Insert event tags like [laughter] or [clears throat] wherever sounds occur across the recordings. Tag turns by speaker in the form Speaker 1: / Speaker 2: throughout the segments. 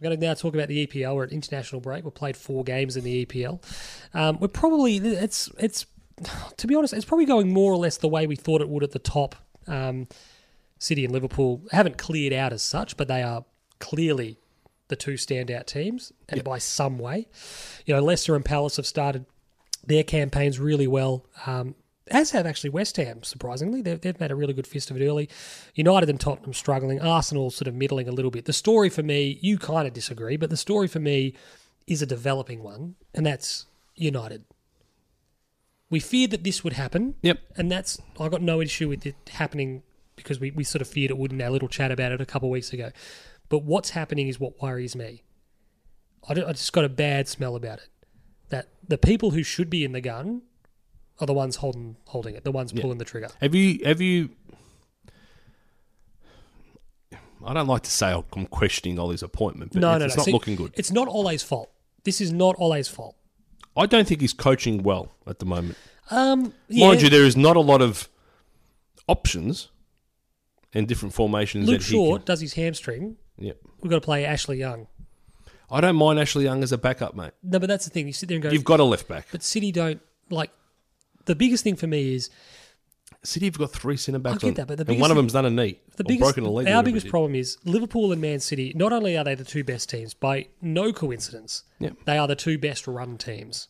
Speaker 1: We're going to now talk about the EPL. We're at international break. We played four games in the EPL. Um, we're probably it's it's [sighs] to be honest, it's probably going more or less the way we thought it would at the top. Um, City and Liverpool haven't cleared out as such, but they are clearly the two standout teams, and by some way, you know Leicester and Palace have started their campaigns really well. Um, as have actually West Ham, surprisingly. They've, they've made a really good fist of it early. United and Tottenham struggling. Arsenal sort of middling a little bit. The story for me, you kind of disagree, but the story for me is a developing one, and that's United. We feared that this would happen.
Speaker 2: Yep.
Speaker 1: And that's, I got no issue with it happening because we, we sort of feared it would in our little chat about it a couple of weeks ago. But what's happening is what worries me. I, don't- I just got a bad smell about it. That the people who should be in the gun are the ones holding holding it, the ones pulling the trigger.
Speaker 2: Have you have you? I don't like to say I'm questioning Ollie's appointment, but
Speaker 1: No,
Speaker 2: it's,
Speaker 1: no,
Speaker 2: it's
Speaker 1: no.
Speaker 2: not
Speaker 1: See,
Speaker 2: looking good.
Speaker 1: It's not Ole's fault. This is not Ole's fault.
Speaker 2: I don't think he's coaching well at the moment.
Speaker 1: Um, yeah,
Speaker 2: Mind you, there is not a lot of options and different formations.
Speaker 1: Luke
Speaker 2: that
Speaker 1: Shaw
Speaker 2: He
Speaker 1: does his hamstring.
Speaker 2: can, yep.
Speaker 1: We've got to play Ashley Young.
Speaker 2: I don't mind Ashley Young as a backup, mate.
Speaker 1: No, but that's the thing. You sit there and go,
Speaker 2: You've got a left back.
Speaker 1: but City don't like. The biggest thing for me is
Speaker 2: City have got three centre backs.
Speaker 1: I get
Speaker 2: on-
Speaker 1: that, but the
Speaker 2: and
Speaker 1: biggest
Speaker 2: one of
Speaker 1: thing-
Speaker 2: them's done a knee.
Speaker 1: the
Speaker 2: or
Speaker 1: biggest.
Speaker 2: broken a leg. or
Speaker 1: our
Speaker 2: whatever
Speaker 1: biggest
Speaker 2: it is.
Speaker 1: problem is Liverpool and Man City. Not only are they the two best teams, by no coincidence,
Speaker 2: Yep.
Speaker 1: they are the two best run teams.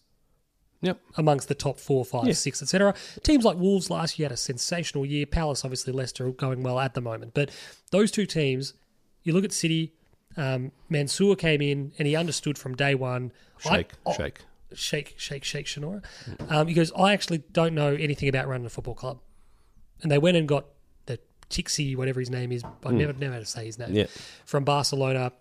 Speaker 2: Yep.
Speaker 1: amongst the top four, five,
Speaker 2: Yeah.
Speaker 1: six, etc. Teams like Wolves last year had a sensational year. Palace, obviously, Leicester are going well at the moment. But those two teams, you look at City. Um, Mansour came in and he understood from day one.
Speaker 2: Shake,
Speaker 1: I, oh,
Speaker 2: shake.
Speaker 1: shake, shake, shake, Shanora. Um, he goes, I actually don't know anything about running a football club. And they went and got the Tixi, whatever his name is. I never never know how to say his name.
Speaker 2: Hmm. Yeah.
Speaker 1: From Barcelona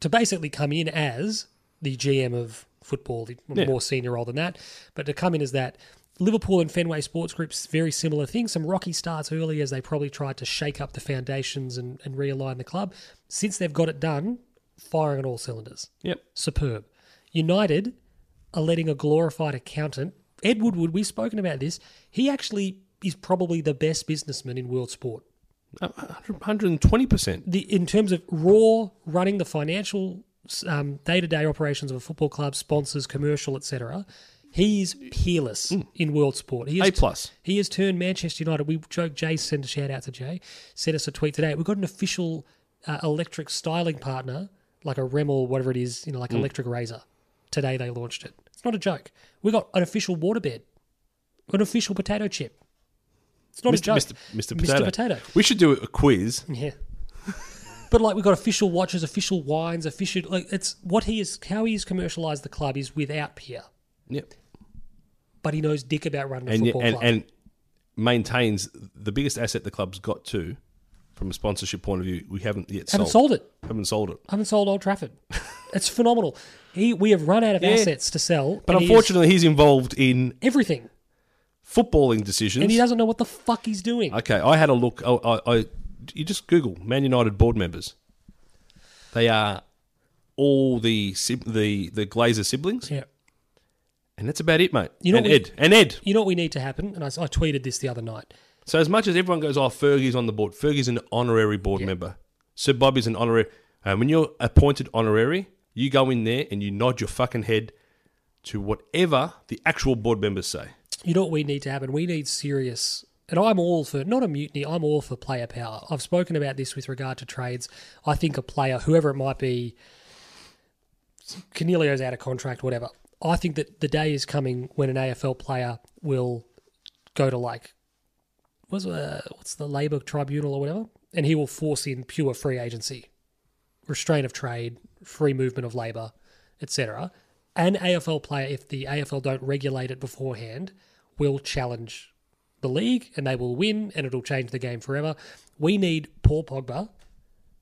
Speaker 1: to basically come in as the GM of football, the
Speaker 2: Yeah.
Speaker 1: more senior role than that, but to come in as that. Liverpool and Fenway Sports Group's very similar thing. Some rocky starts early as they probably tried to shake up the foundations and, and realign the club. Since they've got it done, firing on all cylinders
Speaker 2: Yep.
Speaker 1: superb. United are letting a glorified accountant, Ed Woodward, we've spoken about this. He actually is probably the best businessman in world sport.
Speaker 2: Uh, 120 percent.
Speaker 1: The, in terms of raw running the financial um, day-to-day operations of a football club, sponsors, commercial, etc., he is peerless in world sport. He is
Speaker 2: Mm. A plus.
Speaker 1: he has turned Manchester United. We joke. Jay sent a shout out to Jay. Sent us a tweet today. We've got an official uh, electric styling partner, like a Rimmel, whatever it is, you know,
Speaker 2: Mm.
Speaker 1: like electric razor. Today they launched it. It's not a joke. We got an official waterbed, an official potato chip. It's not a
Speaker 2: Mr.
Speaker 1: joke,
Speaker 2: Mr. Mr. Potato.
Speaker 1: Mr. Potato.
Speaker 2: We should do a quiz.
Speaker 1: Yeah. [laughs] But like we've got official watches, official wines, official like it's what he is how he has commercialized the club is without peer.
Speaker 2: Yep.
Speaker 1: But he knows dick about running a
Speaker 2: and,
Speaker 1: football
Speaker 2: and,
Speaker 1: club.
Speaker 2: and maintains the biggest asset the club's got to from a sponsorship point of view. We haven't yet
Speaker 1: Haven't
Speaker 2: sold.
Speaker 1: sold it.
Speaker 2: Haven't sold it.
Speaker 1: I haven't sold Old
Speaker 2: [laughs]
Speaker 1: Trafford. It's phenomenal. He, we have run out of
Speaker 2: Yeah.
Speaker 1: assets to sell.
Speaker 2: But
Speaker 1: and he is
Speaker 2: unfortunately, he's involved in
Speaker 1: everything,
Speaker 2: footballing decisions.
Speaker 1: and he doesn't know what the fuck he's doing.
Speaker 2: okay, I had a look. I, I, I you just Google Man United board members. They are all the sib- the the Glazer siblings,
Speaker 1: yeah.
Speaker 2: and that's about it, mate.
Speaker 1: You know
Speaker 2: and
Speaker 1: what we-
Speaker 2: Ed and Ed.
Speaker 1: You know what we need to happen, and I, s- I tweeted this the other night.
Speaker 2: So as much as everyone goes, oh, Fergie's on the board. Fergie's an honorary board member. Sir Bobby's an honorary. And when you're appointed honorary, you go in there and you nod your fucking head to whatever the actual board members say.
Speaker 1: You know what we need to happen? We need serious. And I'm all for not a mutiny. I'm all for player power. I've spoken about this with regard to trades. I think a player, whoever it might be, Cornelio's out of contract, whatever. I think that the day is coming when an AFL player will go to like was uh, what's the Labour Tribunal or whatever, and he will force in pure free agency, restraint of trade, free movement of labour, etc. An AFL player, if the AFL don't regulate it beforehand, will challenge the league and they will win and it'll change the game forever. We need Paul Pogba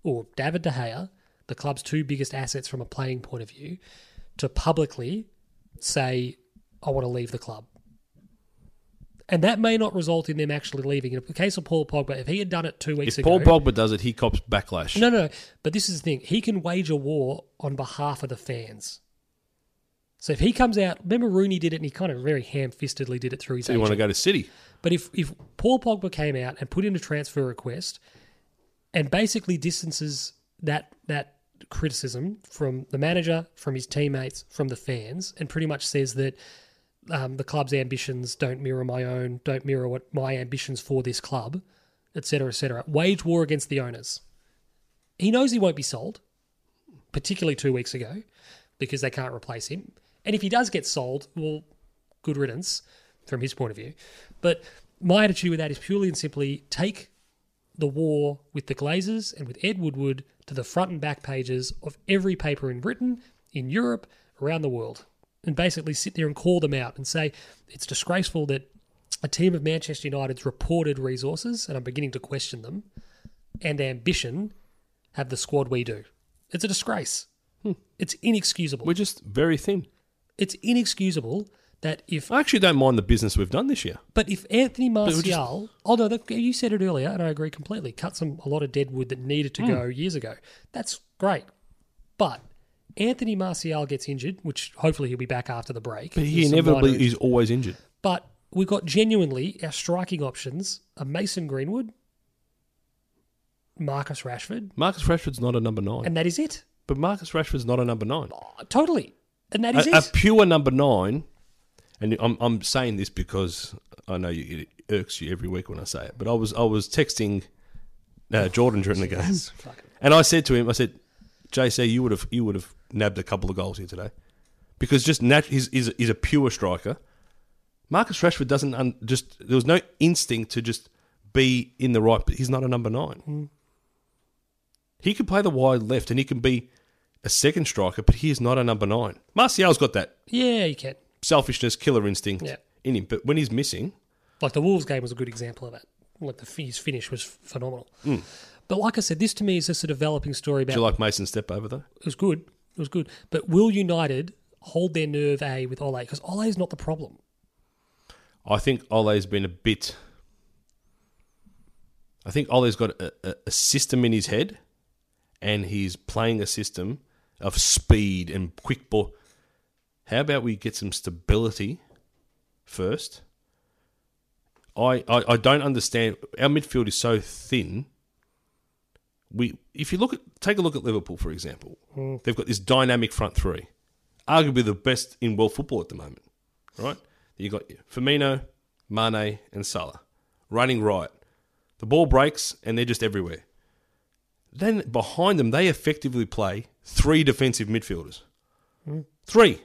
Speaker 1: or David De Gea, the club's two biggest assets from a playing point of view, to publicly say, I want to leave the club. And that may not result in them actually leaving. In the case of Paul Pogba, if he had done it two weeks
Speaker 2: If
Speaker 1: ago.
Speaker 2: Paul Pogba does it, he cops backlash.
Speaker 1: No, no, no. But this is the thing. He can wage a war on behalf of the fans. So if he comes out, remember Rooney did it, and he kind of very ham-fistedly did it through his
Speaker 2: So you want to
Speaker 1: agent.
Speaker 2: go to City?
Speaker 1: But if if Paul Pogba came out and put in a transfer request, and basically distances that that criticism from the manager, from his teammates, from the fans, and pretty much says that um, the club's ambitions don't mirror my own, don't mirror what my ambitions for this club, etc., etc. Wage war against the owners. He knows he won't be sold, particularly two weeks ago, because they can't replace him. And if he does get sold, well, good riddance from his point of view. But my attitude with that is purely and simply take the war with the Glazers and with Ed Woodward to the front and back pages of every paper in Britain, in Europe, around the world, and basically sit there and call them out and say it's disgraceful that a team of Manchester United's reported resources, and I'm beginning to question them, and ambition have the squad we do. It's a disgrace. It's inexcusable.
Speaker 2: We're just very thin.
Speaker 1: It's inexcusable that if
Speaker 2: I actually don't mind the business we've done this year.
Speaker 1: But if Anthony
Speaker 2: just-
Speaker 1: Martial, although that- you said it earlier, and I agree completely, cut some a lot of dead wood that needed
Speaker 2: Hmm.
Speaker 1: to go years ago. That's great, but Anthony Martial gets injured, which hopefully he'll be back after the break.
Speaker 2: But he
Speaker 1: There's some minor
Speaker 2: inevitably
Speaker 1: injuries.
Speaker 2: is always injured.
Speaker 1: But we've got genuinely our striking options are Mason Greenwood, Marcus Rashford,
Speaker 2: Marcus Rashford's not a number nine.
Speaker 1: and that is it.
Speaker 2: but Marcus Rashford's not a number nine.
Speaker 1: Oh, totally, and that is
Speaker 2: A, a
Speaker 1: it.
Speaker 2: pure number nine, and I'm, I'm saying this because I know you, it irks you every week when I say it, but I was I was texting uh, Jordan during the game,
Speaker 1: Fucking-
Speaker 2: and I said to him, I said, JC, you would have you would have nabbed a couple of goals here today, because just nat- he's, he's, he's a pure striker. Marcus Rashford doesn't un- just there was no instinct to just be in the right. But he's not a number nine. He could play the wide left, and he can be a second striker, but he is not a number nine. Martial's got that
Speaker 1: yeah, you can.
Speaker 2: selfishness, killer instinct
Speaker 1: Yeah.
Speaker 2: in him. But when he's missing,
Speaker 1: Like the Wolves game was a good example of that. Like the his finish was phenomenal.
Speaker 2: Hmm.
Speaker 1: But like I said, this to me is just a developing story about
Speaker 2: do you like Mason step over though?
Speaker 1: it was good, it was good. But will United hold their nerve a with Ole because Ole is not the problem.
Speaker 2: I think Ole's been a bit. I think Ole's got a, a, a system in his head, and he's playing a system of speed and quick ball. How about we get some stability first? I, I, I don't understand. Our midfield is so thin. We if you look at take a look at Liverpool for example, they've got this dynamic front three, arguably the best in world football at the moment right? You got Firmino, Mane, and Salah running right. The ball breaks and they're just everywhere. Then behind them, they effectively play three defensive midfielders.
Speaker 1: Hmm.
Speaker 2: Three.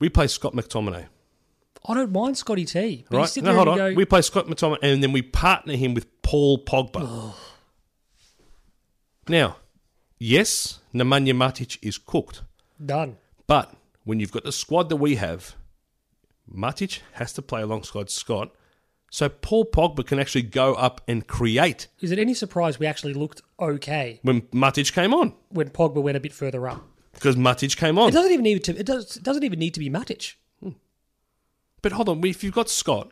Speaker 2: We play Scott McTominay,
Speaker 1: I don't mind Scotty T. But you
Speaker 2: right?
Speaker 1: sit
Speaker 2: No,
Speaker 1: there
Speaker 2: hold on.
Speaker 1: and you go,
Speaker 2: We play Scott McTominay and then we partner him with Paul Pogba.
Speaker 1: [sighs]
Speaker 2: Now, yes, Nemanja Matic is cooked.
Speaker 1: done.
Speaker 2: But when you've got the squad that we have, Matic has to play alongside Scott. So Paul Pogba can actually go up and create
Speaker 1: Is it any surprise we actually looked okay
Speaker 2: when Matic came on.
Speaker 1: when Pogba went a bit further up?
Speaker 2: Because Matic came
Speaker 1: It
Speaker 2: on.
Speaker 1: doesn't even need to. It, does, it doesn't even need to be Matic.
Speaker 2: But hold on, if you've got Scott,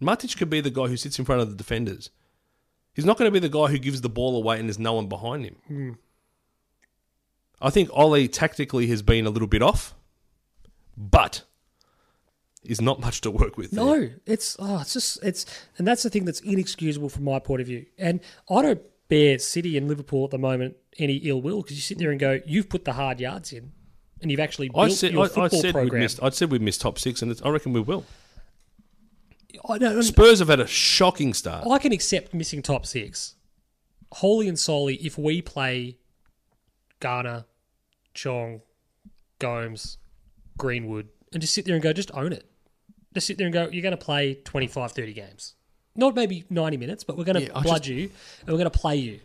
Speaker 2: Matic could be the guy who sits in front of the defenders. He's not going to be the guy who gives the ball away and there's no one behind him.
Speaker 1: Hmm.
Speaker 2: I think Ollie tactically has been a little bit off, but is not much to work with. there.
Speaker 1: No, it's oh, it's just it's, and that's the thing that's inexcusable from my point of view. And I don't bear City and Liverpool at the moment any ill will because you sit there and go, you've put the hard yards in, and you've actually built
Speaker 2: I said,
Speaker 1: your
Speaker 2: I, I
Speaker 1: football
Speaker 2: said we'd
Speaker 1: program.
Speaker 2: missed. I said we'd miss top six, and it's, I reckon we will.
Speaker 1: I, don't,
Speaker 2: Spurs have had a shocking start.
Speaker 1: I can accept missing top six, wholly and solely if we play Ghana, Chong, Gomes, Greenwood, and just sit there and go, just own it. Just sit there and go, you're going to play 25, 30 games. Not maybe 90 minutes, but we're going to
Speaker 2: Yeah, I
Speaker 1: blood
Speaker 2: just-
Speaker 1: you and we're going to play you.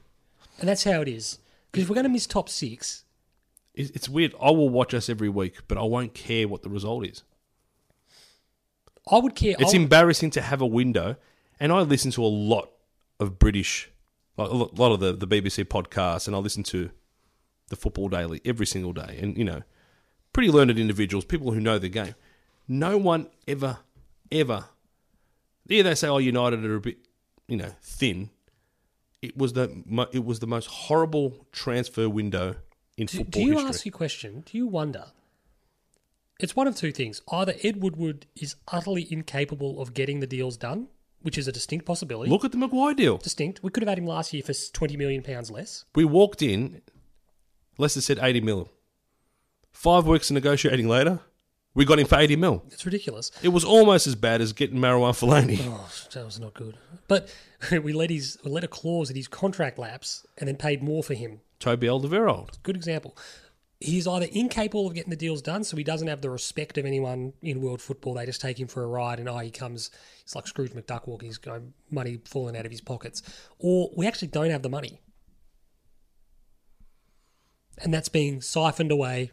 Speaker 1: And that's how it is. Because if we're going to miss top six,
Speaker 2: It- It's weird. I will watch us every week, but I won't care what the result is.
Speaker 1: I would care.
Speaker 2: It's
Speaker 1: I would-
Speaker 2: embarrassing to have a window, and I listen to a lot of British, like a lo- lot of the, the BBC podcasts, and I listen to the Football Daily every single day, and you know, pretty learned individuals, people who know the game. No one ever, ever, yeah, they say, "Oh, United are a bit, you know, thin." It was the mo- it was the most horrible transfer window in
Speaker 1: Do, do
Speaker 2: football
Speaker 1: you
Speaker 2: history.
Speaker 1: ask your question? Do you wonder? It's one of two things. Either Ed Woodward is utterly incapable of getting the deals done, which is a distinct possibility.
Speaker 2: Look at the Maguire deal.
Speaker 1: Distinct. We could have had him last year for s- twenty million pounds less.
Speaker 2: We walked in Leicester said 80 mil. Five weeks of negotiating later, we got him for 80 mil.
Speaker 1: It's ridiculous.
Speaker 2: It was almost as bad as getting Marouane
Speaker 1: [laughs]
Speaker 2: Fellaini.
Speaker 1: Oh, that was not good. But [laughs] we let his we let a clause in his contract lapse and then paid more for him.
Speaker 2: Toby Alderweireld.
Speaker 1: Good example. He's either incapable of getting the deals done, so he doesn't have the respect of anyone in world football. They just take him for a ride, and oh, he comes. He's like Scrooge McDuck walking. He's got money falling out of his pockets, or we actually don't have the money, and that's being siphoned away.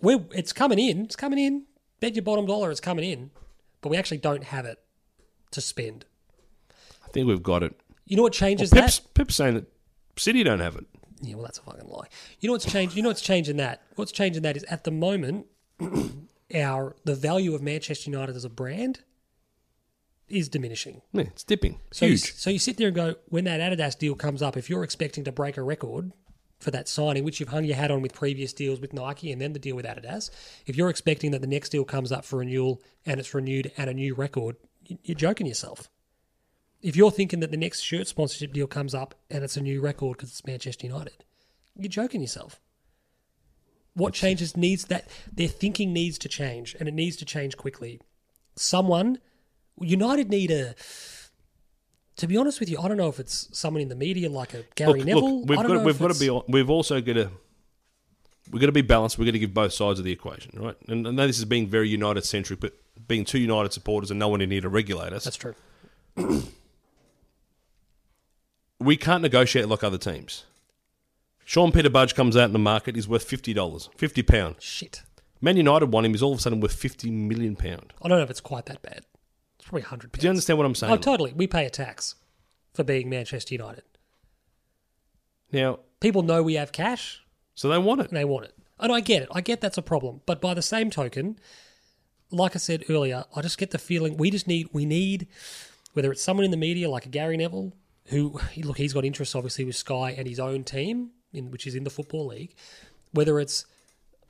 Speaker 1: We're, it's coming in. It's coming in. Bet your bottom dollar, it's coming in, but we actually don't have it to spend.
Speaker 2: I think we've got it.
Speaker 1: You know what changes that?
Speaker 2: Pip's, Pip's saying that City don't have it.
Speaker 1: Yeah, well, that's a fucking lie. You know what's changed? You know what's changing that? What's changing that is at the moment, [clears throat] our the value of Manchester United as a brand is diminishing.
Speaker 2: Yeah, it's dipping. It's
Speaker 1: So You,
Speaker 2: huge.
Speaker 1: so you sit there and go, when that Adidas deal comes up, if you're expecting to break a record for that signing, which you've hung your hat on with previous deals with Nike and then the deal with Adidas, if you're expecting that the next deal comes up for renewal and it's renewed at a new record, y- you're joking yourself. If you're thinking that the next shirt sponsorship deal comes up and it's a new record because it's Manchester United, you're joking yourself. What changes needs that their thinking needs to change and it needs to change quickly. Someone, United need a. To be honest with you, I don't know if it's someone in the media like a Gary Neville.
Speaker 2: we've
Speaker 1: I don't
Speaker 2: got
Speaker 1: know
Speaker 2: we've
Speaker 1: if
Speaker 2: got to
Speaker 1: it's-
Speaker 2: be on- we've also got to we've got to be balanced. We're going to give both sides of the equation, right? And I know this is being very United centric, but being two United supporters and no one in here to regulate us,
Speaker 1: That's true.
Speaker 2: we can't negotiate like other teams. Sean Peter Budge comes out in the market. He's worth fifty dollars, fifty pound.
Speaker 1: Shit.
Speaker 2: Man United want him. He's all of a sudden worth fifty million pound.
Speaker 1: I don't know if it's quite that bad. It's probably hundred.
Speaker 2: Do you understand what I'm saying?
Speaker 1: Oh, totally. We pay a tax for being Manchester United.
Speaker 2: now,
Speaker 1: People know we have cash.
Speaker 2: so they want it.
Speaker 1: and they want it. And I get it. I get that's a problem. But by the same token, like I said earlier, I just get the feeling we just need we need whether it's someone in the media like a Gary Neville who look he's got interests obviously with Sky and his own team in which is in the football league, whether it's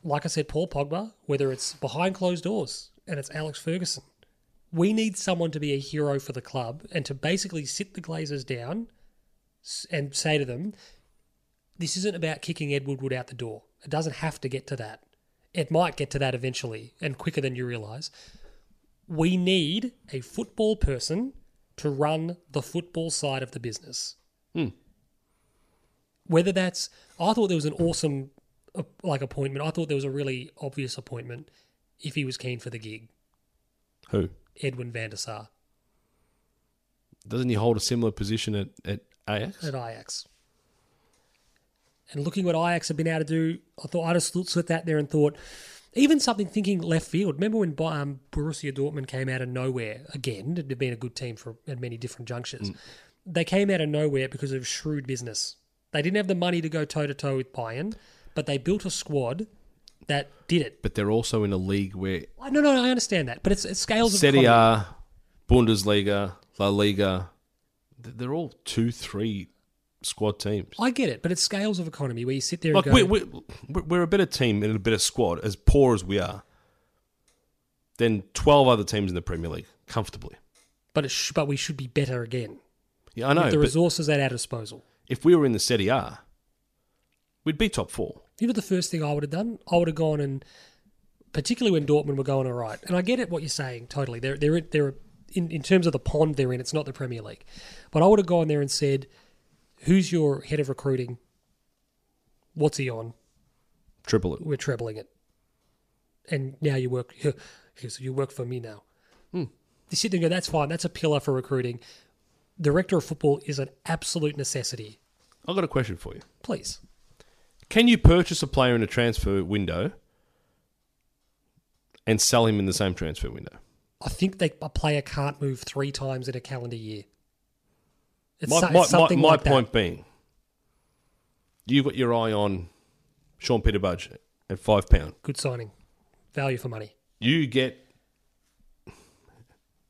Speaker 1: like I said Paul Pogba, whether it's behind closed doors and it's Alex Ferguson. We need someone to be a hero for the club and to basically sit the Glazers down s- and say to them, this isn't about kicking Ed Woodward out the door. It doesn't have to get to that. It might get to that eventually and quicker than you realize. We need a football person to run the football side of the business. Whether that's, I thought there was an awesome uh, like appointment. I thought there was a really obvious appointment if he was keen for the gig.
Speaker 2: Who
Speaker 1: Edwin van der Sar
Speaker 2: doesn't he hold a similar position at at Ajax?
Speaker 1: at Ajax. And looking what Ajax have been able to do, I thought I just looked at that there and thought, even something thinking left field. Remember when um, Borussia Dortmund came out of nowhere again? It'd been a good team for at many different junctures.
Speaker 2: Mm.
Speaker 1: They came out of nowhere because of shrewd business. They didn't have the money to go toe to toe with Bayern, but they built a squad that did it.
Speaker 2: But they're also in a league where
Speaker 1: I- No, no, I understand that, but it's, it's scales of
Speaker 2: Serie
Speaker 1: economy.
Speaker 2: A, Bundesliga, La Liga, th- they're all two, three squad teams.
Speaker 1: I get it, but it's scales of economy where you sit there
Speaker 2: Like
Speaker 1: and go,
Speaker 2: we're, we're, we're a better team and a better squad, as poor as we are, than twelve other teams in the Premier League comfortably.
Speaker 1: but it sh- but we should be better again.
Speaker 2: Yeah, I know.
Speaker 1: the
Speaker 2: But
Speaker 1: resources at our disposal.
Speaker 2: if we were in the Serie A, we'd be top four.
Speaker 1: You know, the first thing I would have done, I would have gone and, particularly when Dortmund were going all right, and I get it what you're saying totally. They're they're they're in, in terms of the pond they're in, it's not the Premier League, but I would have gone there and said, "Who's your head of recruiting? What's he on?
Speaker 2: Triple it.
Speaker 1: We're trebling it, and now you work. [laughs] here's- You work for me now." You sit there and go, "That's fine. That's a pillar for recruiting." Director of football is an absolute necessity.
Speaker 2: I've got a question for you.
Speaker 1: Please,
Speaker 2: Can you purchase a player in a transfer window and sell him in the same transfer window?
Speaker 1: I think they, a player can't move three times in a calendar year. It's,
Speaker 2: my,
Speaker 1: so- it's
Speaker 2: my, my,
Speaker 1: something
Speaker 2: my
Speaker 1: like
Speaker 2: point being, you've got your eye on Sean Peter Budge at five pound.
Speaker 1: that. Good signing, value for money.
Speaker 2: You get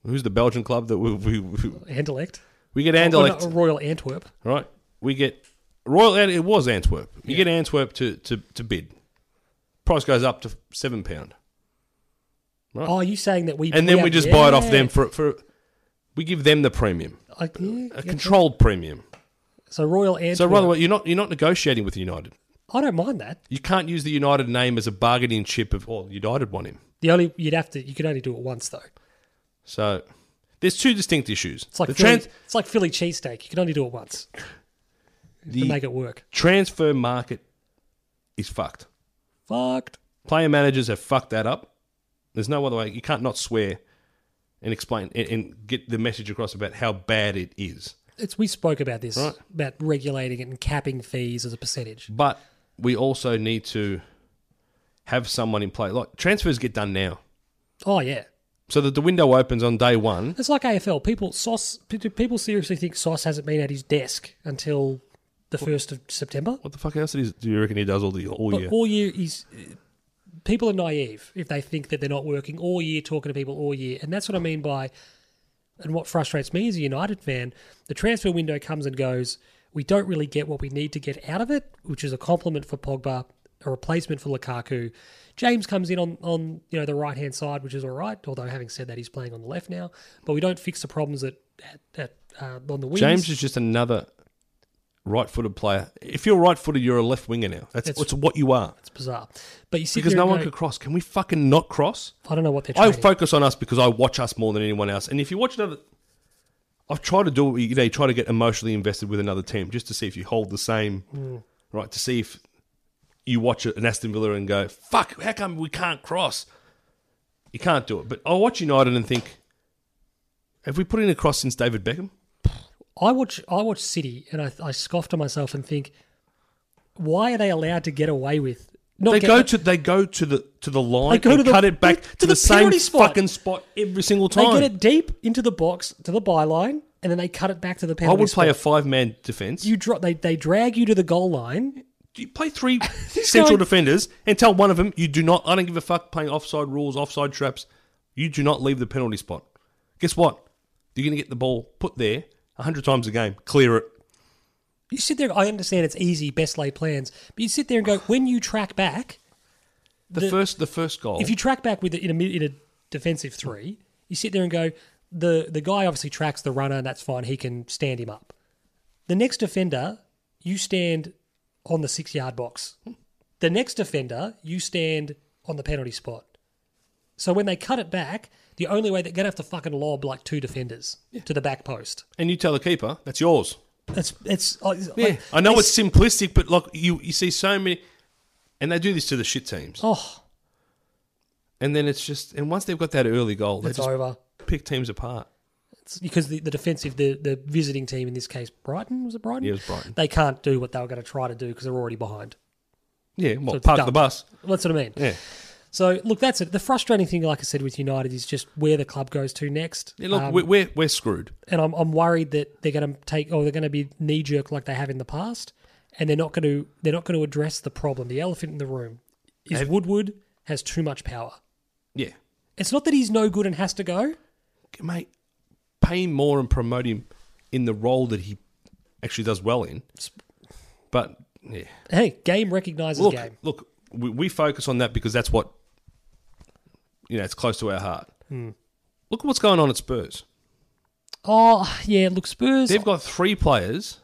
Speaker 2: who's the Belgian club that we we, we,
Speaker 1: Anderlecht,
Speaker 2: we get
Speaker 1: Or no,
Speaker 2: Anderlecht,
Speaker 1: Royal Antwerp.
Speaker 2: right? We get Royal. Ant- It was Antwerp. You get Antwerp to, to, to bid. Price goes up to seven pound,
Speaker 1: Oh, are you saying that we
Speaker 2: and then we
Speaker 1: have-
Speaker 2: just buy it off
Speaker 1: yeah.
Speaker 2: them for for. We give them the premium,
Speaker 1: I- yeah,
Speaker 2: a
Speaker 1: yeah.
Speaker 2: controlled premium.
Speaker 1: So Royal Antwerp.
Speaker 2: So, by the way, you're not you're not negotiating with United.
Speaker 1: I don't mind that.
Speaker 2: You can't use the United name as a bargaining chip of, oh, United want him.
Speaker 1: The only you'd have to you could only do it once though.
Speaker 2: So there's two distinct issues.
Speaker 1: It's like
Speaker 2: the
Speaker 1: Philly,
Speaker 2: trans-
Speaker 1: it's like Philly cheesesteak. You can only do it once to
Speaker 2: The-
Speaker 1: make it work.
Speaker 2: transfer market is fucked.
Speaker 1: Fucked.
Speaker 2: Player managers have fucked that up. There's no other way. You can't not swear and explain and, and get the message across about how bad it is.
Speaker 1: It's we spoke about this
Speaker 2: Right.
Speaker 1: about regulating it and capping fees as a percentage.
Speaker 2: But we also need to have someone in play. Like transfers get done now,
Speaker 1: Oh yeah,
Speaker 2: so that the window opens on day one.
Speaker 1: it's like AFL. People Sauce. Do people seriously think Sauce hasn't been at his desk until the first of September?
Speaker 2: What the fuck else is, do you reckon he does all the all
Speaker 1: But
Speaker 2: year?
Speaker 1: all year he's people are naive if they think that they're not working all year talking to people all year, and that's what I mean by. And what frustrates me as a United fan, the transfer window comes and goes. We don't really get what we need to get out of it, which is a compliment for Pogba, a replacement for Lukaku. James comes in on, on you know the right hand side, which is all right. Although having said that, he's playing on the left now. But we don't fix the problems at, at, at uh, on the wings.
Speaker 2: James is just another right-footed player. If you're right-footed, you're a left winger now. That's
Speaker 1: It's-
Speaker 2: it's what you are.
Speaker 1: it's bizarre. But you see,
Speaker 2: Because no one could cross. Can we fucking not cross?
Speaker 1: I don't know what they're.
Speaker 2: I
Speaker 1: Trading.
Speaker 2: focus on us because I watch us more than anyone else. And if you watch another, I've tried to do what you know, you try to get emotionally invested with another team just to see if you hold the same,
Speaker 1: Hmm.
Speaker 2: right? To see if you watch an Aston Villa and go, fuck, how come we can't cross? You can't do it. But I watch United and think, have we put in a cross since David Beckham?
Speaker 1: I watch I watch City and I, I scoff to myself and think, why are they allowed to get away with? Not
Speaker 2: They
Speaker 1: get-
Speaker 2: go to they go to the to the line,
Speaker 1: They go
Speaker 2: and
Speaker 1: to the-
Speaker 2: cut it back
Speaker 1: they-
Speaker 2: to,
Speaker 1: to
Speaker 2: the,
Speaker 1: the
Speaker 2: same
Speaker 1: penalty spot.
Speaker 2: fucking spot every single
Speaker 1: they
Speaker 2: time.
Speaker 1: get it deep into the box to the byline and then they cut it back to the
Speaker 2: I
Speaker 1: penalty.
Speaker 2: would play a
Speaker 1: spot.
Speaker 2: five man defense.
Speaker 1: you drop they they drag you to the goal line.
Speaker 2: you
Speaker 1: [laughs]
Speaker 2: play three central
Speaker 1: going-
Speaker 2: defenders and tell one of them you do not. I don't give a fuck playing offside rules, offside traps. You do not leave the penalty spot. Guess what? You're going to get the ball put there hundred times a game. Clear it.
Speaker 1: You sit there. I understand it's easy, best laid plans, but you sit there and go when you track back.
Speaker 2: The, first, the first goal.
Speaker 1: If you track back with it in a mid- in a defensive three, you sit there and go the the guy obviously tracks the runner and that's fine. He can stand him up. The next defender, you stand on the six yard box. The next defender, you stand on the penalty spot. So when they cut it back, the only way they're gonna have to fucking lob like two defenders to the back post.
Speaker 2: and you tell the keeper that's yours.
Speaker 1: It's it's uh, it's
Speaker 2: Yeah,
Speaker 1: like-
Speaker 2: I know
Speaker 1: they-
Speaker 2: it's simplistic, but like you, you see so many, and they do this to the shit teams.
Speaker 1: oh
Speaker 2: And then it's just, and once they've got that early goal, they
Speaker 1: it's
Speaker 2: just
Speaker 1: over.
Speaker 2: pick teams apart.
Speaker 1: It's because the, the defensive the, the visiting team in this case Brighton was it Brighton
Speaker 2: Yeah, it was Brighton.
Speaker 1: they can't do what they were going to try to do because they're already behind.
Speaker 2: Yeah, well,
Speaker 1: it's
Speaker 2: park the
Speaker 1: done.
Speaker 2: bus.
Speaker 1: That's what I mean.
Speaker 2: Yeah.
Speaker 1: So look, that's it. The frustrating thing, like I said, with United is just where the club goes to next.
Speaker 2: yeah look,
Speaker 1: Um,
Speaker 2: we we're we're screwed.
Speaker 1: and I'm, I'm worried that they're going to take or they're going to be knee jerk like they have in the past, and they're not going to they're not going to address the problem. The elephant in the room is Woodward has too much power.
Speaker 2: Yeah,
Speaker 1: It's not that he's no good and has to go.
Speaker 2: mate, pay him more and promote him in the role that he actually does well in. But yeah,
Speaker 1: Hey, game recognizes
Speaker 2: look,
Speaker 1: game.
Speaker 2: look, we, we focus on that because that's what you know. It's close to our heart. Look at what's going on at Spurs.
Speaker 1: Oh yeah, look Spurs.
Speaker 2: They've got three players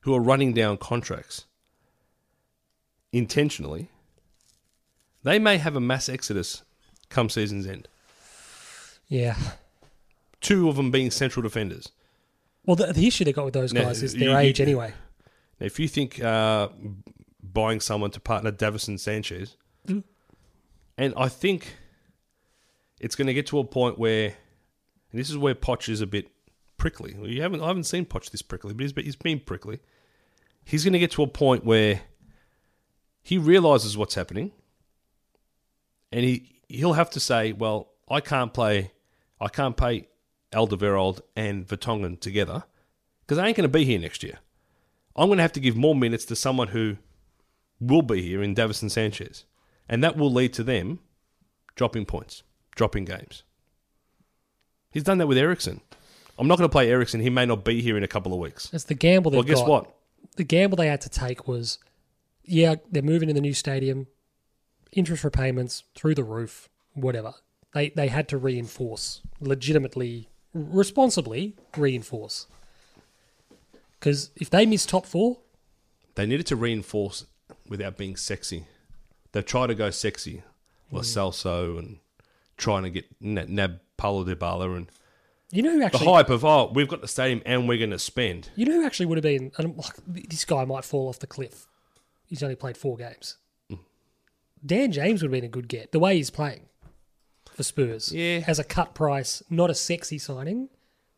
Speaker 2: who are running down contracts intentionally. They may have a mass exodus come season's end.
Speaker 1: yeah.
Speaker 2: Two of them being central defenders.
Speaker 1: Well, the, the issue they got with those
Speaker 2: No,
Speaker 1: guys is
Speaker 2: you-
Speaker 1: their
Speaker 2: you-
Speaker 1: age anyway.
Speaker 2: Now, if you think uh, buying someone to partner Davison Sanchez, and I think it's going to get to a point where, and this is where Poch is a bit prickly. Well, you haven't, I haven't seen Poch this prickly, but he's, but he's been prickly. He's going to get to a point where he realizes what's happening, and he he'll have to say, "Well, I can't play, I can't pay Alderweireld and Vertonghen together because I ain't going to be here next year." I'm going to have to give more minutes to someone who will be here in Davison Sanchez. And that will lead to them dropping points, dropping games. He's done that with Ericsson. I'm not going to play Ericsson. He may not be here in a couple of weeks.
Speaker 1: It's the gamble they've
Speaker 2: Well, guess
Speaker 1: got.
Speaker 2: what?
Speaker 1: the gamble they had to take was yeah, they're moving to the new stadium, interest repayments through the roof, whatever. They they had to reinforce, legitimately, responsibly reinforce. Because if they miss top four,
Speaker 2: They needed to reinforce without being sexy. They've tried to go sexy,
Speaker 1: Mm.
Speaker 2: like Celso and trying to get na- nab Paulo Dybala and
Speaker 1: You know who
Speaker 2: the
Speaker 1: actually?
Speaker 2: hype of oh we've got the stadium and we're going to spend.
Speaker 1: you know who actually would have been? And I'm like, this guy might fall off the cliff. He's only played four games.
Speaker 2: Mm.
Speaker 1: Dan James would have been a good get. The way he's playing for Spurs,
Speaker 2: Yeah.
Speaker 1: as a cut price, not a sexy signing,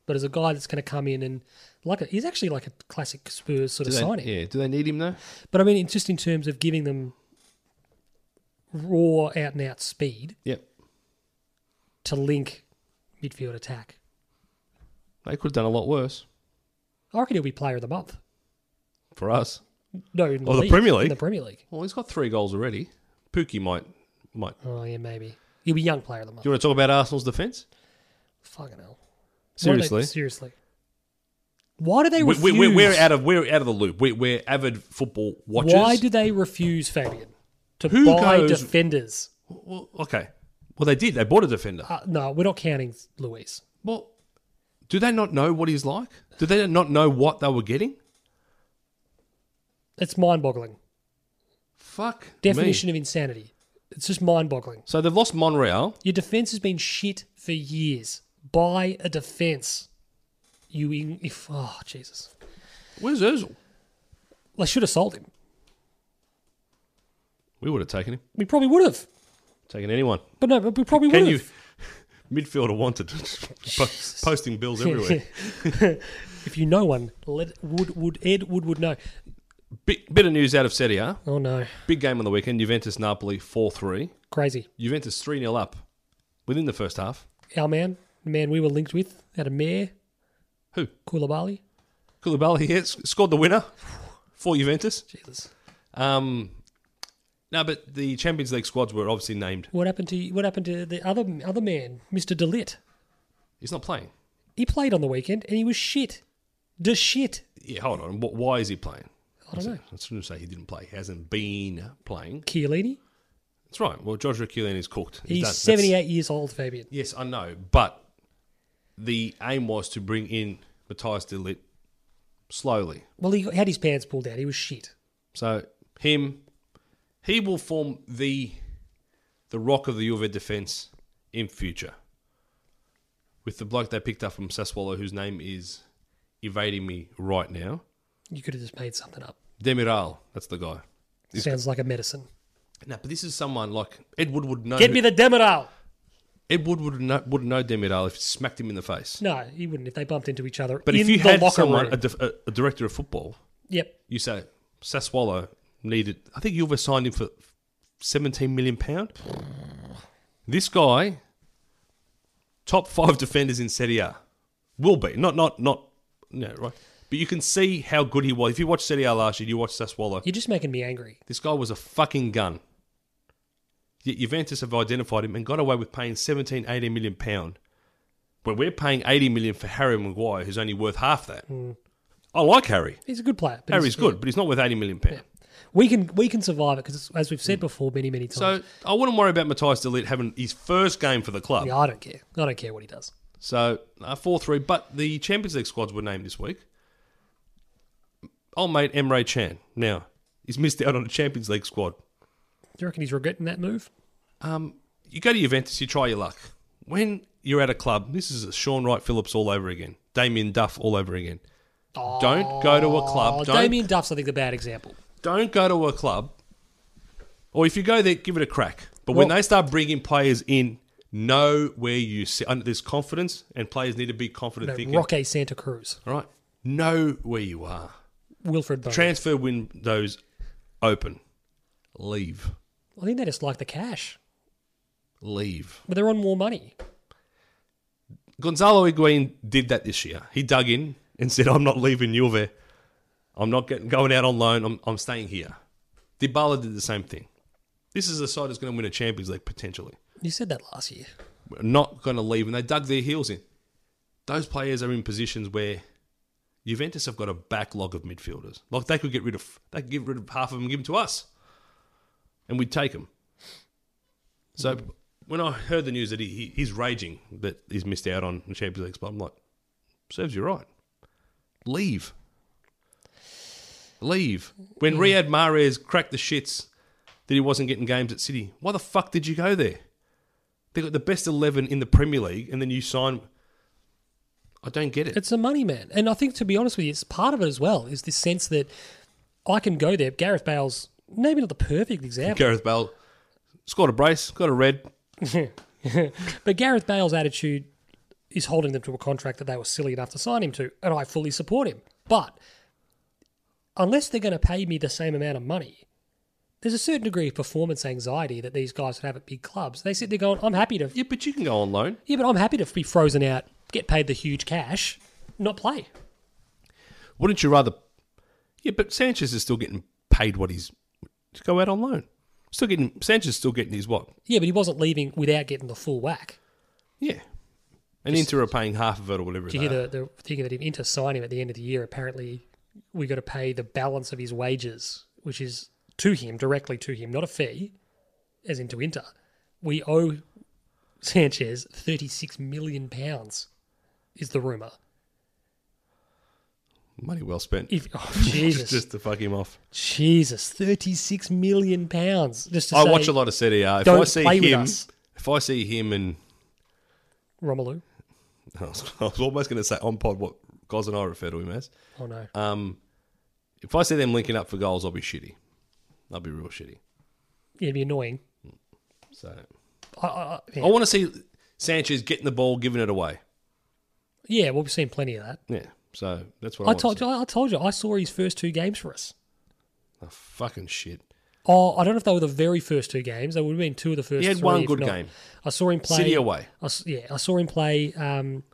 Speaker 1: but as a guy that's going to come in and like a, he's actually like a classic Spurs sort of signing.
Speaker 2: yeah, do they need him though?
Speaker 1: But I mean, it's just in terms of giving them raw out and out speed
Speaker 2: Yep,
Speaker 1: to link midfield attack.
Speaker 2: they could have done a lot worse
Speaker 1: I reckon he'll be player of the month.
Speaker 2: for us.
Speaker 1: No, in the,
Speaker 2: Or the
Speaker 1: league,
Speaker 2: Premier League.
Speaker 1: In the Premier League.
Speaker 2: Well, he's got three goals already. Pookie might might.
Speaker 1: Oh yeah, maybe he'll be young player of the month.
Speaker 2: Do you want to talk about Arsenal's defense?
Speaker 1: Fucking hell. Why do they-
Speaker 2: Seriously,
Speaker 1: seriously. Why do they
Speaker 2: we,
Speaker 1: refuse?
Speaker 2: we, we're, we're out of we're out of the loop. We, we're avid football watchers.
Speaker 1: Why do they refuse Fabian to
Speaker 2: Who
Speaker 1: buy
Speaker 2: goes-
Speaker 1: defenders?
Speaker 2: Well, okay. Well, they did. They bought a defender.
Speaker 1: Uh, no, we're not counting Luis.
Speaker 2: Well, do they not know what he's like? Do they not know what they were getting?
Speaker 1: It's mind-boggling.
Speaker 2: Fuck. me.
Speaker 1: Definition of insanity. It's just mind-boggling.
Speaker 2: So they've lost Monreal.
Speaker 1: Your defense has been shit for years. Buy a defense. You in if oh Jesus,
Speaker 2: Where's Özil?
Speaker 1: they should have sold him.
Speaker 2: We would have taken him.
Speaker 1: We probably would have,
Speaker 2: Taken anyone.
Speaker 1: but no, but we probably would
Speaker 2: Can
Speaker 1: have.
Speaker 2: you? [laughs] Midfielder wanted. [laughs] Po- posting
Speaker 1: [laughs]
Speaker 2: bills everywhere.
Speaker 1: if you know one, let would would Ed Wood would know.
Speaker 2: Big, bit of news out of Serie A.
Speaker 1: Oh no,
Speaker 2: Big game on the weekend. Juventus Napoli 4 3.
Speaker 1: crazy!
Speaker 2: Juventus 3 0 up within the first half.
Speaker 1: Our man, the man we were linked with, had a mayor,
Speaker 2: Who?
Speaker 1: Koulibaly.
Speaker 2: Koulibaly here scored the winner for Juventus.
Speaker 1: Jesus,
Speaker 2: Um, no, but the Champions League squads were obviously named.
Speaker 1: what happened to what happened to the other other man, Mister Delit?
Speaker 2: He's not playing.
Speaker 1: He played on the weekend and he was shit, de shit.
Speaker 2: Yeah, hold on. Wh- Why is he playing?
Speaker 1: I don't know.
Speaker 2: I was going to say he didn't play. He hasn't been playing.
Speaker 1: Chiellini.
Speaker 2: That's right. Well, Joshua Killian is cooked.
Speaker 1: He's,
Speaker 2: done. That's-
Speaker 1: 78 years old, Fabian.
Speaker 2: Yes, I know. But the aim was to bring in Matthias Delit slowly.
Speaker 1: Well, he had his pants pulled down. He was shit.
Speaker 2: So him, he will form the the rock of the Juve defense in future. With the bloke they picked up from Sassuolo, whose name is evading me right now,
Speaker 1: You could have just made something up.
Speaker 2: Demiral. That's the guy.
Speaker 1: Sounds like a medicine.
Speaker 2: No, but this is someone like Ed Wood would know.
Speaker 1: Get me the Demiral.
Speaker 2: Ed Wood would know, would know Demiral if you smacked him in the face.
Speaker 1: No, he wouldn't if they bumped into each other.
Speaker 2: But
Speaker 1: in
Speaker 2: if you
Speaker 1: the
Speaker 2: had
Speaker 1: locker
Speaker 2: someone,
Speaker 1: room.
Speaker 2: a, def- a, a director of football,
Speaker 1: yep,
Speaker 2: you say Sassuolo needed. I think Juve signed him for seventeen million pound. This guy, top five [laughs] defenders in Serie A, will be not not not no right. But you can see how good he was. If you watch Serie A last year, you watch Sassuolo.
Speaker 1: you're just making me angry.
Speaker 2: This guy was a fucking gun. Yet Juventus have identified him and got away with paying 17, 18 million pound. But we're paying 80 million for Harry Maguire, who's only worth half that. I like Harry.
Speaker 1: He's a good player. But he's-
Speaker 2: Harry's good, but he's not worth 80 million pound.
Speaker 1: We can we can survive it because, as we've said before many many times,
Speaker 2: Mm. So I wouldn't worry about Matthias Delit having his first game for the club.
Speaker 1: yeah, I don't care. I don't care what he does.
Speaker 2: So uh, four three, but the Champions League squads were named this week. Old mate Emre Chan now he's missed out on a Champions League squad.
Speaker 1: Do you reckon he's regretting that move?
Speaker 2: Um, you go to Juventus, you try your luck. When you're at a club, this is a Sean Wright Phillips all over again, Damien Duff all over again. Don't go to
Speaker 1: Oh,
Speaker 2: a club. Don't
Speaker 1: Damien Duff's I think the bad example.
Speaker 2: don't go to a club, or if you go there, give it a crack. But when
Speaker 1: Well-
Speaker 2: they start bringing players in, know where you sit. And There's confidence, and players need to be confident thinking.
Speaker 1: Roque Santa Cruz,
Speaker 2: All right, know where you are.
Speaker 1: Wilfred Boney.
Speaker 2: Transfer windows open. Leave,
Speaker 1: I think they just like the cash,
Speaker 2: leave.
Speaker 1: but they're on more money.
Speaker 2: Gonzalo Higuain did that this year. He dug in and said, "I'm not leaving Juve. I'm not getting, going out on loan. I'm, I'm staying here." Dybala did the same thing. This is a side that's going to win a Champions League potentially.
Speaker 1: You said that last year.
Speaker 2: were not going to leave, and they dug their heels in. Those players are in positions where Juventus have got a backlog of midfielders. Like they could get rid of, they could get rid of half of them, and give them to us, and we'd take them. So when I heard the news that he, he he's raging that he's missed out on the Champions League spot, I'm like, serves you right. Leave. Leave. When Riyad Mahrez cracked the shits that he wasn't getting games at City, why the fuck did you go there? They got the best 11 in the Premier League and then you sign. I don't get it.
Speaker 1: It's a money man. And I think, to be honest with you, it's part of it as well, is this sense that I can go there. Gareth Bale's maybe not the perfect example,
Speaker 2: Gareth Bale scored a brace, got a red.
Speaker 1: [laughs] but Gareth Bale's attitude is holding them to a contract that they were silly enough to sign him to. And I fully support him. But unless they're going to pay me the same amount of money, there's a certain degree of performance anxiety that these guys have at big clubs. They sit there going, I'm happy to
Speaker 2: Yeah, but you can go on loan.
Speaker 1: Yeah, but I'm happy to be frozen out, get paid the huge cash, not play.
Speaker 2: Wouldn't you rather? Yeah, but Sanchez is still getting paid what he's. Just go out on loan. Still getting Sanchez still getting his what?
Speaker 1: Yeah, but he wasn't leaving without getting the full whack.
Speaker 2: Yeah, and Inter are paying half of it or whatever.
Speaker 1: Do you
Speaker 2: they
Speaker 1: hear the, the thing that if Inter sign him at the end of the year, apparently we got to pay the balance of his wages, which is to him, directly to him, not a fee, as in to Inter. We owe Sanchez £36 million, pounds, is the rumour.
Speaker 2: are. money well spent.
Speaker 1: If, oh,
Speaker 2: [laughs]
Speaker 1: [laughs]
Speaker 2: Just,
Speaker 1: Jesus.
Speaker 2: just to fuck him off.
Speaker 1: Jesus. £36 million. pounds, Just to
Speaker 2: I
Speaker 1: say,
Speaker 2: watch a lot of Serie A. If
Speaker 1: don't
Speaker 2: I see
Speaker 1: play with
Speaker 2: him,
Speaker 1: us.
Speaker 2: if I see him and [laughs]
Speaker 1: Romelu.
Speaker 2: I was, I was almost going to say on pod what guys and I refer to him as.
Speaker 1: Oh, no.
Speaker 2: Um, if I see them linking up for goals, I'll be shitty. I'll be real shitty.
Speaker 1: It'd be annoying.
Speaker 2: So
Speaker 1: I, I, I- yeah.
Speaker 2: I want to see Sanchez getting the ball, giving it away.
Speaker 1: yeah, well, we've seen plenty of that.
Speaker 2: Yeah. So that's what I,
Speaker 1: I
Speaker 2: want to
Speaker 1: told
Speaker 2: see.
Speaker 1: you, I told you, I saw his first two games for us.
Speaker 2: Oh, fucking shit.
Speaker 1: Oh, I don't know if they were the very first two games. They would have been two of the first.
Speaker 2: He had
Speaker 1: three,
Speaker 2: one
Speaker 1: if
Speaker 2: good
Speaker 1: not.
Speaker 2: game.
Speaker 1: I saw him play
Speaker 2: City away.
Speaker 1: I s yeah, I saw him play um,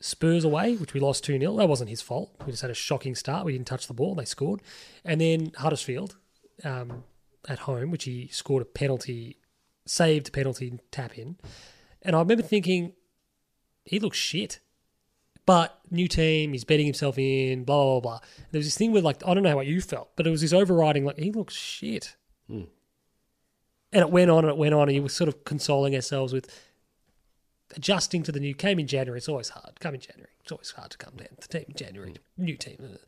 Speaker 1: Spurs away, which we lost two 0 That wasn't his fault. We just had a shocking start. We didn't touch the ball. They scored, and then Huddersfield um, at home, which he scored a penalty, saved penalty tap in, and I remember thinking he looks shit. But new team, he's betting himself in, blah blah blah. blah. There was this thing with like I don't know what you felt, but it was this overriding like he looks shit, and it went on and it went on, and you were sort of consoling ourselves with adjusting to the new. Came in January, it's always hard. Come in January, it's always hard to come down to the team in January, new team,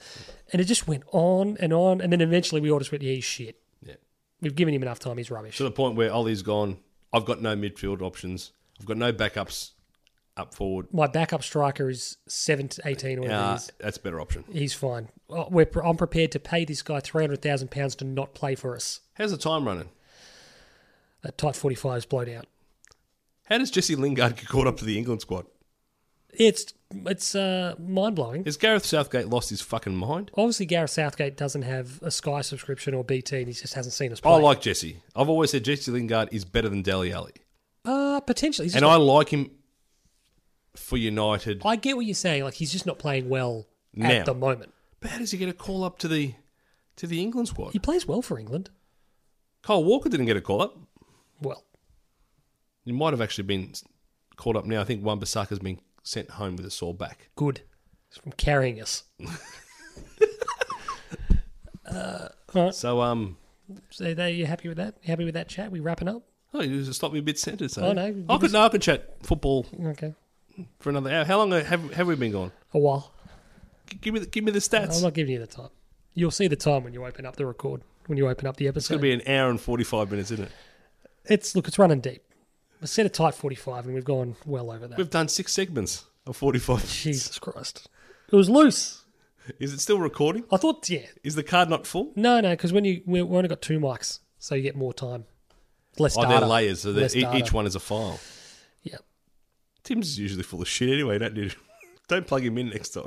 Speaker 1: and it just went on and on, and then eventually we all just went, yeah, he's shit.
Speaker 2: Yeah.
Speaker 1: We've given him enough time. He's rubbish.
Speaker 2: To the point where Ollie's gone. I've got no midfield options. I've got no backups up forward.
Speaker 1: My backup striker is seven to eighteen or whatever it
Speaker 2: Uh,
Speaker 1: is.
Speaker 2: that's a better option.
Speaker 1: He's fine. Uh, We're, pre- I'm prepared to pay this guy three hundred thousand pounds to not play for us.
Speaker 2: How's the time running?
Speaker 1: That tight forty five is blown out.
Speaker 2: How does Jesse Lingard get caught up to the England squad?
Speaker 1: It's it's uh, mind blowing.
Speaker 2: Has Gareth Southgate lost his fucking mind?
Speaker 1: Obviously, Gareth Southgate doesn't have a Sky subscription or BT, and he just hasn't seen us play.
Speaker 2: I like Jesse. I've always said Jesse Lingard is better than Deli Alley.
Speaker 1: uh, potentially. He's
Speaker 2: And
Speaker 1: just
Speaker 2: I like him for United.
Speaker 1: not- I get what you're saying. Like he's just not playing well
Speaker 2: Now.
Speaker 1: at the moment.
Speaker 2: But how does he get a call up to the to the England squad?
Speaker 1: He plays well for England.
Speaker 2: Kyle Walker didn't get a call up.
Speaker 1: Well,
Speaker 2: He might have actually been called up now. I think Wan Bissaka's been sent home with a sore back.
Speaker 1: good. He's from carrying us.
Speaker 2: So um
Speaker 1: So there, you happy with that? You happy with that chat? We wrapping up?
Speaker 2: Oh, you just stopped me mid sentence.
Speaker 1: I know.
Speaker 2: I could, no, I could chat football
Speaker 1: Okay.
Speaker 2: for another hour. How long have, have we been gone?
Speaker 1: A while.
Speaker 2: G- Give me, the, give me the stats.
Speaker 1: I'm not giving you the time. You'll see the time when you open up the record, when you open up the
Speaker 2: it's
Speaker 1: episode.
Speaker 2: going to be an hour and forty five minutes, isn't it?
Speaker 1: it's look, it's running deep. We set a tight 45, and we've gone well over that.
Speaker 2: We've done six segments of forty five.
Speaker 1: Jesus Christ, it was loose.
Speaker 2: [laughs] Is it still recording?
Speaker 1: I thought, yeah,
Speaker 2: Is the card not full?
Speaker 1: no, no, because when you we we only got two mics, so you get more time, less
Speaker 2: Oh,
Speaker 1: data.
Speaker 2: they're layers. So they're,
Speaker 1: Less
Speaker 2: e-
Speaker 1: data.
Speaker 2: each one is a file.
Speaker 1: Yeah,
Speaker 2: Tim's is usually full of shit anyway. Don't do, [laughs] don't plug him in next time.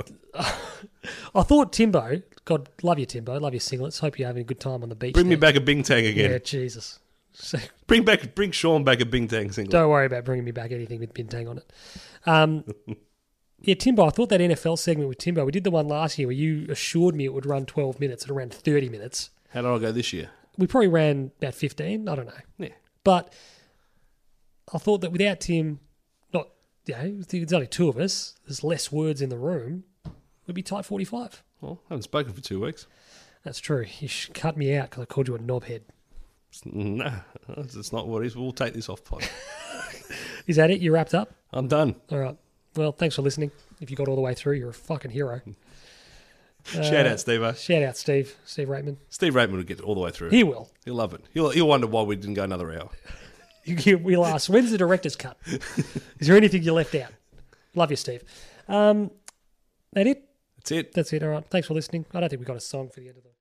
Speaker 1: I thought Timbo. God, love you, Timbo. Love your singlets. Hope you're having a good time on the beach.
Speaker 2: Bring me
Speaker 1: there.
Speaker 2: back a Bing Tang again.
Speaker 1: Yeah, Jesus. [laughs] So,
Speaker 2: Bring back, bring Sean back a Bing Tang single.
Speaker 1: don't worry about bringing me back anything with Bintang on it.
Speaker 2: [laughs]
Speaker 1: Um, yeah, Timbo, I thought that NFL segment with Timbo, we did the one last year where you assured me it would run 12 minutes at around 30 minutes.
Speaker 2: How did I go this year?
Speaker 1: We probably ran about 15, I don't know.
Speaker 2: Yeah,
Speaker 1: But I thought that without Tim, not, you know, there's only two of us, there's less words in the room, we'd be tight 45.
Speaker 2: well, I haven't spoken for two weeks.
Speaker 1: That's true. [laughs] You should cut me out because I called you a knobhead.
Speaker 2: It's- No, that's not what it is. We'll take this off [laughs] pod.
Speaker 1: Is that it? You wrapped up?
Speaker 2: I'm done.
Speaker 1: All right. Well, thanks for listening. If you got all the way through, you're a fucking hero.
Speaker 2: Shout out, Steve. eh?
Speaker 1: Shout out Steve, Steve Raitman.
Speaker 2: Steve Raitman will get all the way through.
Speaker 1: He will. [laughs]
Speaker 2: He'll love it. He'll, he'll wonder why we didn't go another hour.
Speaker 1: You- you- We'll ask, when's the director's cut? Is there anything you left out? Love you, Steve. Um, that it?
Speaker 2: That's it.
Speaker 1: That's it. All right. Thanks for listening. I don't think we got a song for the end of the.